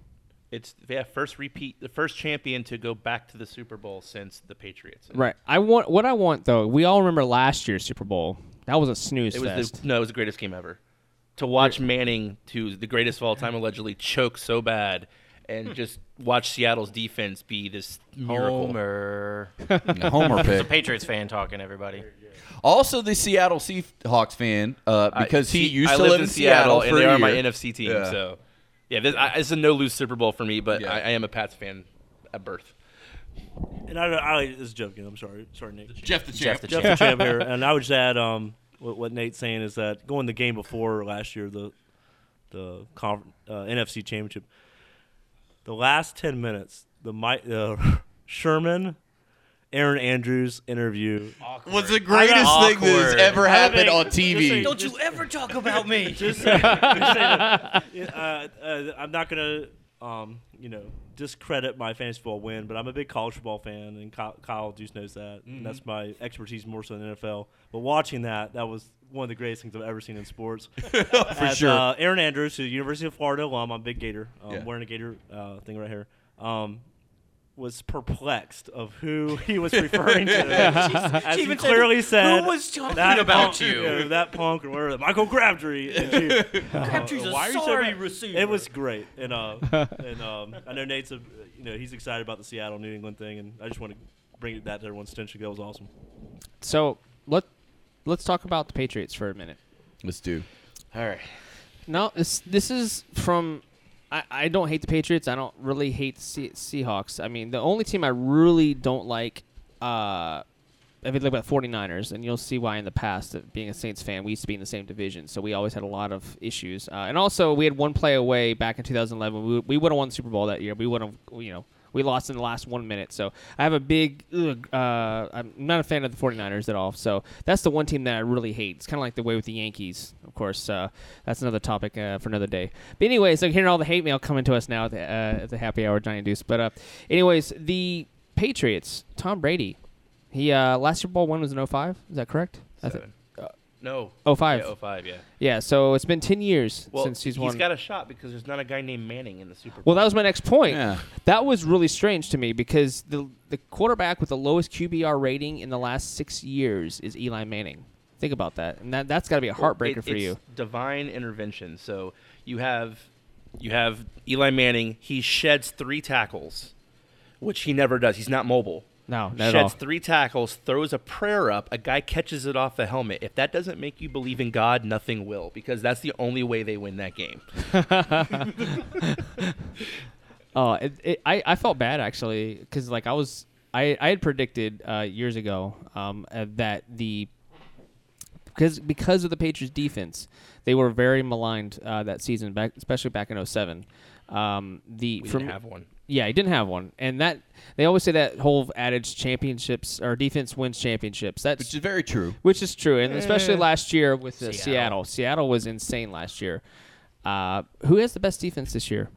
It's yeah, first repeat, the first champion to go back to the Super Bowl since the Patriots. Right. I want what I want though. We all remember last year's Super Bowl. That was a snooze It was fest. the, no, it was the greatest game ever. To watch Manning, to the greatest of all time, allegedly choke so bad, and just watch Seattle's defense be this miracle. Homer. Homer It's a pick. Patriots fan talking. Everybody. Also, the Seattle Seahawks fan uh, I- because he see, used I to lived live in in Seattle, and for they a are my year. NFC team. Yeah. So, yeah, this, I, it's a no lose Super Bowl for me, but Yeah. I, I am a Pats fan at birth. And I, I this is Jeff again. I'm sorry, sorry Nick. Jeff the champ. Jeff the Jeff the Champ here, and I would just add um, what, what Nate's saying is that going the game before last year, the the conf- uh, NFC Championship, the last ten minutes, the Mi- uh, Sherman, Aaron Andrews interview. was the greatest thing that has Awkward. ever happened think- on just say- TV. Don't you ever talk about me? Just saying- just saying, uh, uh, I'm not gonna, um, you know, discredit my fantasy football win, but I'm a big college football fan, and Kyle, Kyle Deuce knows that, and that's my expertise more so than NFL. But watching that, that was one of the greatest things I've ever seen in sports. For As, sure. uh, Aaron Andrews, who's a University of Florida alum, I'm a big Gator. Um, Yeah. Wearing a Gator uh, thing right here. Um, was perplexed of who he was referring to. as he even said, clearly said, "Who was talking "That about punk- you?" know, that punk or whatever, Michael Crabtree. And she- Crabtree's a Why are you so sorry mad? receiver. It was great, and uh, and um, I know Nate's a, you know he's excited about the Seattle New England thing, and I just want to bring that to everyone's attention. That was awesome. so let let's talk about the Patriots for a minute. Let's do. All right. No, this this is from. I, I don't hate the Patriots. I don't really hate Se- Seahawks. I mean, the only team I really don't like, uh, if you look at 49ers, and you'll see why in the past, that being a Saints fan, we used to be in the same division, so we always had a lot of issues. Uh, and also, we had one play away back in 2011. We, we would have won the Super Bowl that year. We would have, you know, we lost in the last one minute. So I have a big, ugh, uh, I'm not a fan of the 49ers at all. So that's the one team that I really hate. It's kind of like the way with the Yankees, of course. Uh, that's another topic uh, for another day. But anyways, I'm hearing all the hate mail coming to us now at the, uh, at the happy hour, Johnny Deuce. But uh, anyways, the Patriots, Tom Brady, he uh, last Super Bowl win was in 05. Is that correct? I thi- Seven. uh, No. Oh five. Yeah, 05, yeah. Yeah. So it's been ten years Well, since he's, he's won. got a shot because there's not a guy named Manning in the Super Bowl. Well, that was my next point. That was really strange to me because the the quarterback with the lowest QBR rating in the last six years is Eli Manning. Think about that, and that that's got to be a Well, heartbreaker it- for it's you. Divine intervention. So you have you have Eli Manning. He sheds three tackles, which he never does. He's not mobile. No, not at sheds all. three tackles, throws a prayer up. A guy catches it off the helmet. If that doesn't make you believe in God, nothing will, because that's the only way they win that game. Oh, it, it, I, I felt bad actually because like I was I, I had predicted uh, years ago um, uh, that the because because of the Patriots defense they were very maligned uh, that season back especially back in 07. Um, the We for didn't me- have one. Yeah, he didn't have one, and that they always say that whole adage championships or defense wins championships. That's which is very true. Which is true, and especially Eh. last year with uh, Seattle. Seattle. Seattle was insane last year. Uh, who has the best defense this year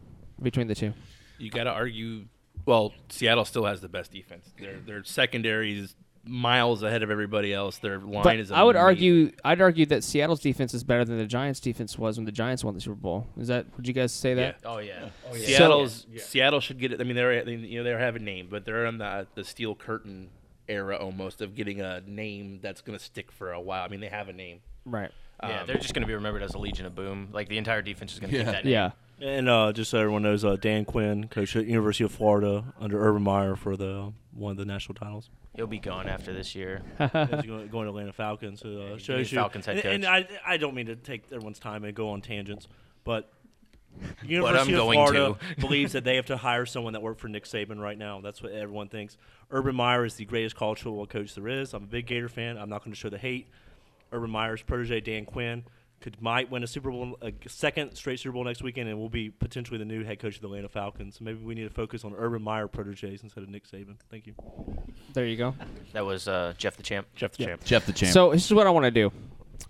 between the two? You got to argue. Well, Seattle still has the best defense. Their their secondary is miles ahead of everybody else. Their line But is. I would amazing. argue I'd argue that Seattle's defense is better than the Giants' defense was when the Giants won the Super Bowl. Is that would you guys say that? Oh yeah. Oh, yeah. Seattle's Seattle should get it. I mean, they're you know they have a name, but they're on the the steel curtain era almost of getting a name that's going to stick for a while. I mean, they have a name. Right. Yeah, Um, they're just going to be remembered as a Legion of Boom. Like the entire defense is going to keep that. Yeah. And uh, just so everyone knows, uh, Dan Quinn, coach at University of Florida under Urban Meyer for the one of the national titles. He'll be gone after this year. Yes, going, going to Atlanta Falcons, who uh, gonna be shows you. Falcons head and, and I, I don't mean to take everyone's time and go on tangents, but I'm University of going Florida to. believes that they have to hire someone that worked for Nick Saban right now. That's what everyone thinks. Urban Meyer is the greatest college football coach there is. I'm a big Gator fan. I'm not going to show the hate. Urban Meyer's protege Dan Quinn could might win a Super Bowl, a second straight Super Bowl next weekend, and will be potentially the new head coach of the Atlanta Falcons. So maybe we need to focus on Urban Meyer proteges instead of Nick Saban. Thank you. There you go. That was uh, Jeff the Champ. Jeff the Champ. Jeff the Champ. So this is what I want to do.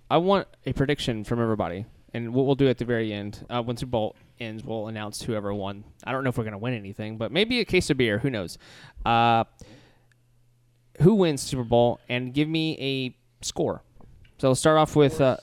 I want a prediction from everybody, and what we'll do at the very end, uh, when Super Bowl ends, we'll announce whoever won. I don't know if we're gonna win anything, but maybe a case of beer. Who knows? Uh, who wins Super Bowl? And give me a score. So we'll start off with. Uh,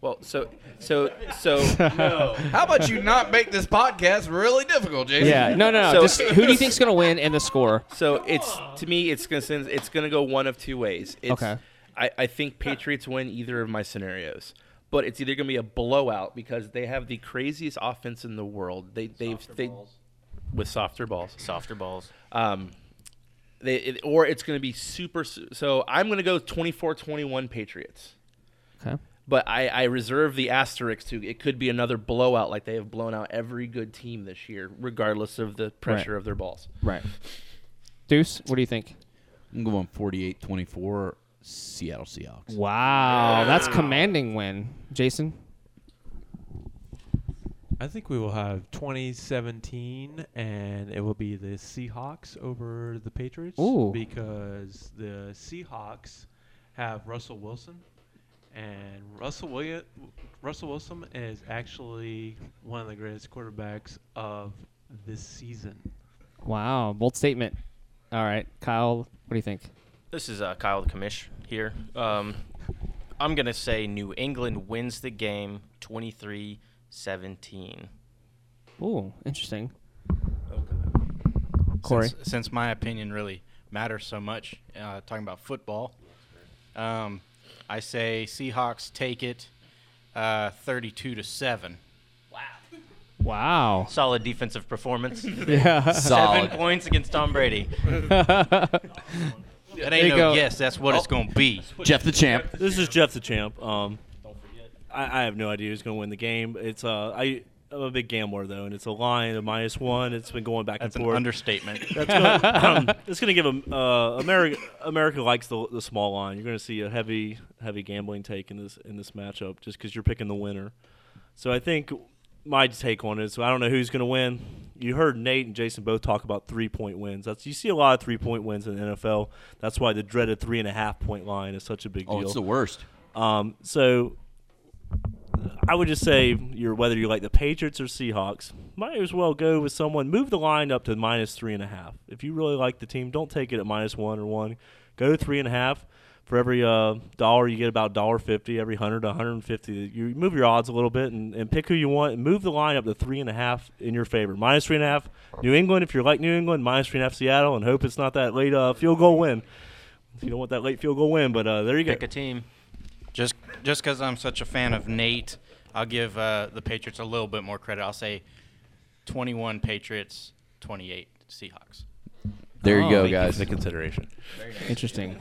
Well, so so so. No. How about you not make this podcast really difficult, Jason? yeah. No. No. No. So- just who do you think's gonna win and the score? So it's to me, it's gonna send, it's gonna go one of two ways. It's, Okay. I, I think Patriots win either of my scenarios, but it's either gonna be a blowout because they have the craziest offense in the world. They they've they with softer balls, softer balls. Um, they it, or it's gonna be super. su- So I'm gonna go 24-21 Patriots. Okay. But I, I reserve the asterisk to it could be another blowout like they have blown out every good team this year, regardless of the pressure of their balls. Right. Deuce, what do you think? I'm going 48 24 Seattle Seahawks. Wow, that's commanding win, Jason. I think we will have 2017, and it will be the Seahawks over the Patriots Ooh. because the Seahawks have Russell Wilson, and Russell William, Russell Wilson is actually one of the greatest quarterbacks of this season. Wow, bold statement. All right, Kyle, what do you think? This is uh, Kyle the Commish here. Um, I'm going to say New England wins the game 23 17. Ooh, interesting. Corey. Since, since my opinion really matters so much, uh, talking about football, um, I say Seahawks take it, uh, thirty-two to seven. Wow. Solid defensive performance. Yeah. Seven Solid. points against Tom Brady. that ain't no guess. That's what it's going to be. This is Jeff the champ. Um, I, I have no idea who's going to win the game. It's uh, I. I'm a big gambler though, and it's a line of minus one. It's been going back That's and an forth. understatement. That's gonna, um, it's going to give a uh, America. America likes the, the small line. You're going to see a heavy, heavy gambling take in this in this matchup, just because you're picking the winner. So I think my take on it is I don't know who's going to win. You heard Nate and Jason both talk about three point wins. That's you see a lot of three point wins in the NFL. That's why the dreaded three and a half point line is such a big Oh, deal. it's the worst. Um, so I would just say you're whether you like the Patriots or Seahawks, might as well go with someone. Move the line up to minus three and a half. If you really like the team, don't take it at minus one or one. Go to three and a half. For every uh, dollar, you get about dollar fifty. Every hundred, one hundred and fifty. You move your odds a little bit and, and pick who you want. And move the line up to three and a half in your favor. Minus three and a half, New England. If you're like New England, minus three and a half, Seattle, and hope it's not that late uh, field goal win. If you don't want that late field goal win, but uh, there you go. Pick a team. Just just because I'm such a fan of Nate, I'll give uh, the Patriots a little bit more credit. I'll say 21 Patriots, 28 Seahawks. There Oh. you go, Thank you guys. The consideration. Interesting.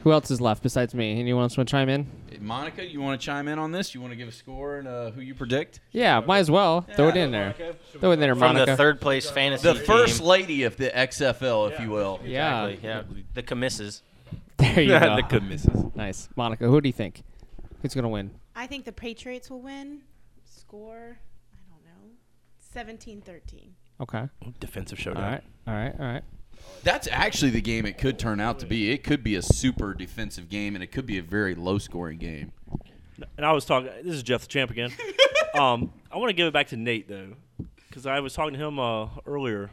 Who else is left besides me? Anyone else want to chime in? Monica, you want to chime in on this? You want to give a score and uh, who you predict? Yeah, might as well. Throw it in there. Throw it in there, From Monica. the third place fantasy The first team. lady of the XFL, if you will. yeah. yeah, the commisses. There you go. the good misses. Nice. Monica, who do you think? Who's going to win? I think the Patriots will win. Score, I don't know, 17 13. Okay. Defensive All showdown. right. All right. All right. That's actually the game it could turn out to be. It could be a super defensive game, and it could be a very low scoring game. and I was talking. This is Jeff the Champ again. um, I want to give it back to Nate though, because I was talking to him uh, earlier.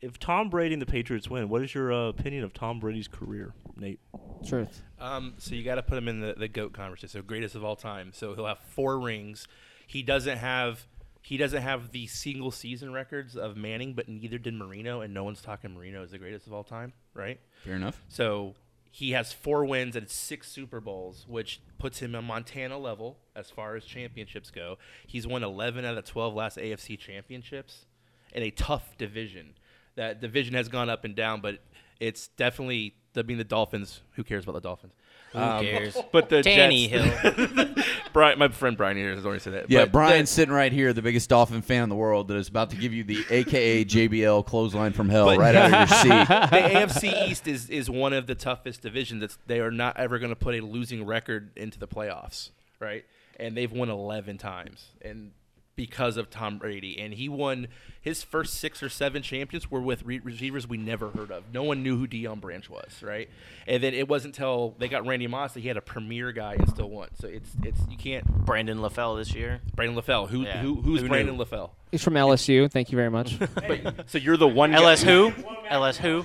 If Tom Brady and the Patriots win, what is your uh, opinion of Tom Brady's career, Nate? Truth. Um, so you got to put him in the, the goat conversation. So greatest of all time. So he'll have four rings. He doesn't have he doesn't have the single season records of Manning, but neither did Marino, and no one's talking Marino is the greatest of all time, right? Fair enough. So he has four wins and six Super Bowls, which puts him on Montana level as far as championships go. He's won 11 out of 12 last AFC championships in a tough division. That division has gone up and down, but it's definitely. I mean, the Dolphins. Who cares about the Dolphins? Who Um, cares? But the Danny Jets, Brian, my friend Brian here has already said that. Yeah, but Brian's sitting right here, the biggest Dolphin fan in the world, that is about to give you the AKA JBL clothesline from hell But- Oh, right out of your seat. the AFC East is, is one of the toughest divisions. It's, they are not ever going to put a losing record into the playoffs, right? And they've won 11 times, and because of Tom Brady, and he won his first six or seven championships were with re- receivers we never heard of. No one knew who Deion Branch was, right? And then it wasn't until they got Randy Moss that he had a premier guy and still won. So it's it's you can't Brandon LaFell this year. Brandon LaFell. Who, Yeah. who who's Who knew? Brandon LaFell? He's from LSU. Thank you very much. But, so you're the one guy- LS who? LS who?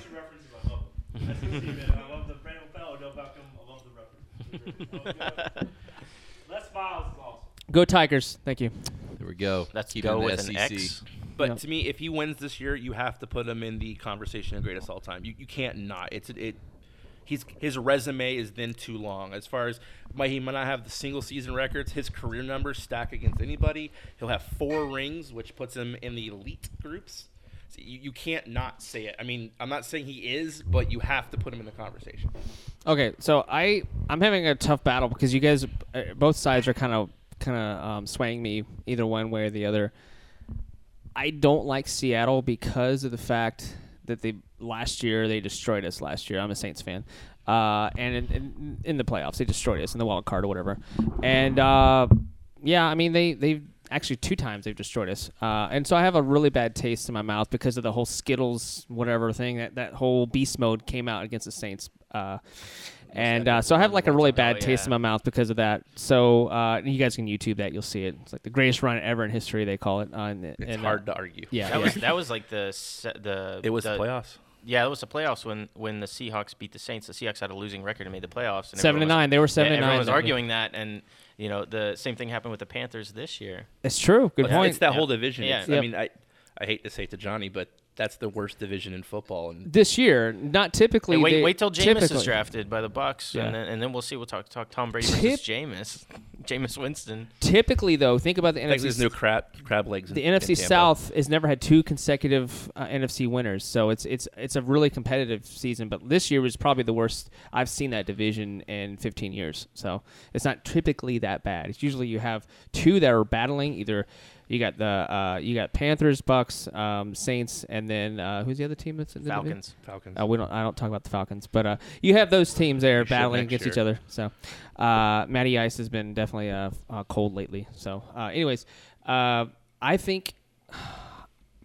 Go Tigers. Thank you. There we go. Let's Keep it in go the E with an X. But Yeah. to me, if he wins this year, you have to put him in the conversation of greatest all time. You, you can't not. It's it. He's his resume is then too long. As far as might he might not have the single season records, his career numbers stack against anybody. He'll have four rings, which puts him in the elite groups. So you, you can't not say it. I mean, I'm not saying he is, but you have to put him in the conversation. Okay, so I I'm having a tough battle because you guys, uh, both sides are kind of kind of um, swaying me either one way or the other. I don't like Seattle because of the fact that they last year they destroyed us last year. I'm a Saints fan, uh, and in, in, in the playoffs they destroyed us in the wild card or whatever. And uh, yeah, I mean they they've actually two times they've destroyed us, uh, and so I have a really bad taste in my mouth because of the whole Skittles whatever thing that that whole beast mode came out against the Saints. Uh, and uh, so I have like a really bad taste in my mouth because of that. So uh, you guys can YouTube that; you'll see it. It's like the greatest run ever in history. They call it. Uh, in the, It's hard to argue. Yeah, That yeah. was that was like the se- the it was the, the playoffs. Yeah, it was the playoffs when when the Seahawks beat the Saints. The Seahawks had a losing record and made the playoffs. And Seven everyone to was- nine. They were seven yeah, to everyone nine was that year. arguing that, and you know the same thing happened with the Panthers this year. It's true. Good It's- point. It's that Yeah. whole division. Yeah. It's- Yep. I mean, I I hate to say it to Johnny, but that's the worst division in football. And this year, not typically. Hey, wait, they- wait till Jameis typically- is drafted by the Bucks, Yeah. and then and then we'll see. We'll talk talk Tom Brady versus Tip- Jameis, Jameis Winston. Typically, though, think about the Thanks NFC. to his new crab crab legs. in- the in NFC Tampa. South has never had two consecutive uh, NFC winners, so it's it's it's a really competitive season. But this year was probably the worst I've seen that division in 15 years. So it's not typically that bad. It's usually you have two that are battling. Either you got the uh, you got Panthers, Bucks, um, Saints, and then uh, who's the other team that's in the division? Falcons. Falcons. Uh, we don't. I don't talk about the Falcons, but uh, you have those teams there should battling next against each other. So, uh, Matty Ice has been definitely uh, f- uh, cold lately. So, uh, anyways, uh, I think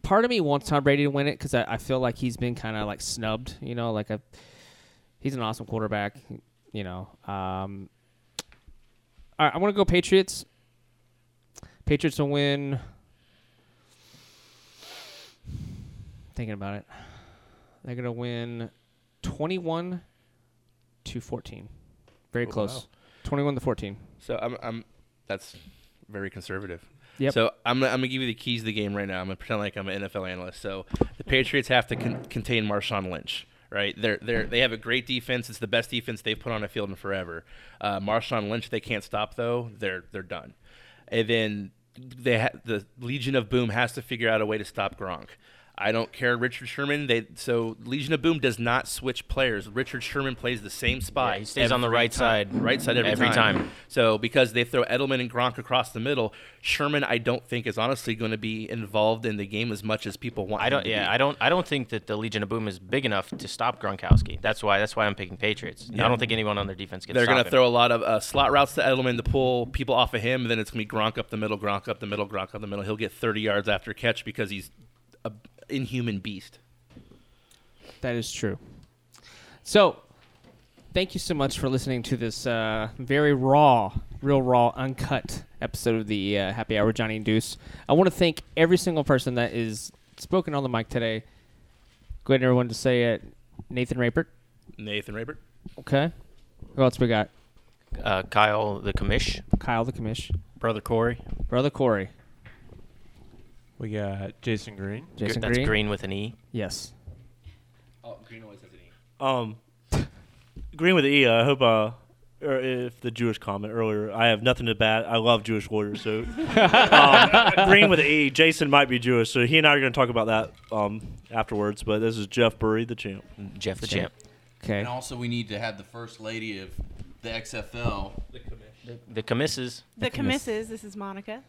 part of me wants Tom Brady to win it because I, I feel like he's been kind of like snubbed. You know, like a he's an awesome quarterback. You know, um, all right, I want to go Patriots. Patriots will win. Thinking about it. They're going to win 21 to to 14. Very close. 21 to 14. So I'm, I'm that's very conservative. Yep. So I'm, gonna- I'm gonna give you the keys to the game right now. I'm gonna pretend like I'm an NFL analyst. So the Patriots have to con- contain Marshawn Lynch, right? They're they're they have a great defense. It's the best defense they've put on the field in forever. Uh, Marshawn Lynch they can't stop though. They're they're done. And then they ha- the Legion of Boom has to figure out a way to stop Gronk. I don't care Richard Sherman. They so Legion of Boom does not switch players. Richard Sherman plays the same spot. he stays on the right side. Right side every, Every time. so because they throw Edelman and Gronk across the middle, Sherman I don't think is honestly going to be involved in the game as much as people want. I him don't. to Yeah, be. I don't. I don't think that the Legion of Boom is big enough to stop Gronkowski. That's why. That's why I'm picking Patriots. Yeah. I don't think anyone on their defense can. They're stop going him. to throw a lot of uh, slot routes to Edelman to pull people off of him. And then it's going to be Gronk up the middle, Gronk up the middle, Gronk up the middle. He'll get 30 yards after catch because he's a inhuman beast. That is true. So, thank you so much for listening to this uh, very raw, real raw, uncut episode of the uh, Happy Hour with Johnny and Deuce. I want to thank every single person that is spoken on the mic today. Go ahead, everyone, to say it. Nathan Rapert. Nathan Rabert. Okay. Who else we got? Uh, Kyle the commish. Kyle the commish. Brother Corey. Brother Corey. We got Jason Green. Jason That's Green. green with an E. Yes. Oh, Green always has an E. Um, agreeing with E, I hope. Uh, or if the Jewish comment earlier, I have nothing to bat. I love Jewish warriors. So, um, agreeing with E, Jason might be Jewish. So he and I are going to talk about that um, afterwards. But this is Jeff Burry, the champ. Jeff the Champ. champ. Okay. And also, we need to have the first lady of the XFL. The commisses. The commisses. This is Monica.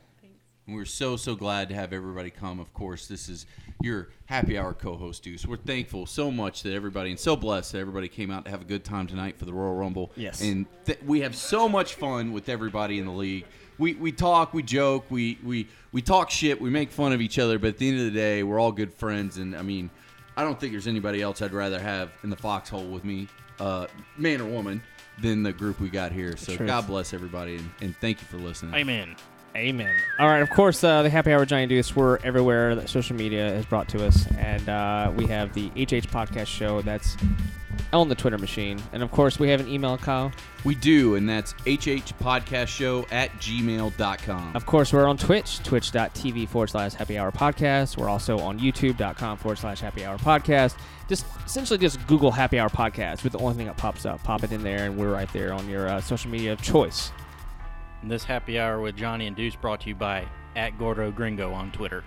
And we're so so glad to have everybody come. Of course, this is your happy hour co-host, Deuce. We're thankful so much that everybody and so blessed that everybody came out to have a good time tonight for the Royal Rumble. Yes. and th- we have so much fun with everybody in the league. We we talk, we joke, we we we talk shit, we make fun of each other. But at the end of the day, we're all good friends. And I mean, I don't think there's anybody else I'd rather have in the foxhole with me, uh, man or woman, than the group we got here. So Truth. God bless everybody, and, and thank you for listening. Amen. Amen. All right, of course, uh, the Happy Hour Giant Deuce, we're everywhere that social media has brought to us. And uh, we have the HH Podcast Show that's on the Twitter machine. And of course, we have an email, Kyle. We do, and that's hhpodcastshow at gmail.com. Of course, we're on Twitch, twitch.tv forward slash happy hour podcast. We're also on youtube.com forward slash happy hour podcast. Just essentially just Google happy hour podcast with the only thing that pops up. Pop it in there, and we're right there on your uh, social media of choice. And this happy hour with Johnny and Deuce brought to you by at Gordo Gringo on Twitter.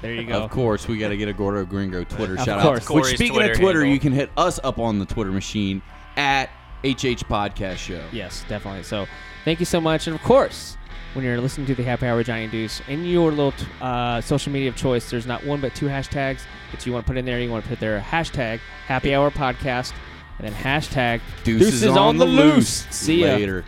There you go. Of course, we got to get a Gordo Gringo Twitter Of shout course. out. Which, Corey's speaking Twitter of Twitter, handle. you can hit us up on the Twitter machine at hhpodcastshow. Yes, definitely. So, thank you so much. And of course, when you're listening to the Happy Hour with Johnny and Deuce, in your little t- uh, social media of choice, there's not one but two hashtags that you want to put in there. You want to put there hashtag Happy Hour Podcast and then hashtag Deuce is on the loose. See ya. Later.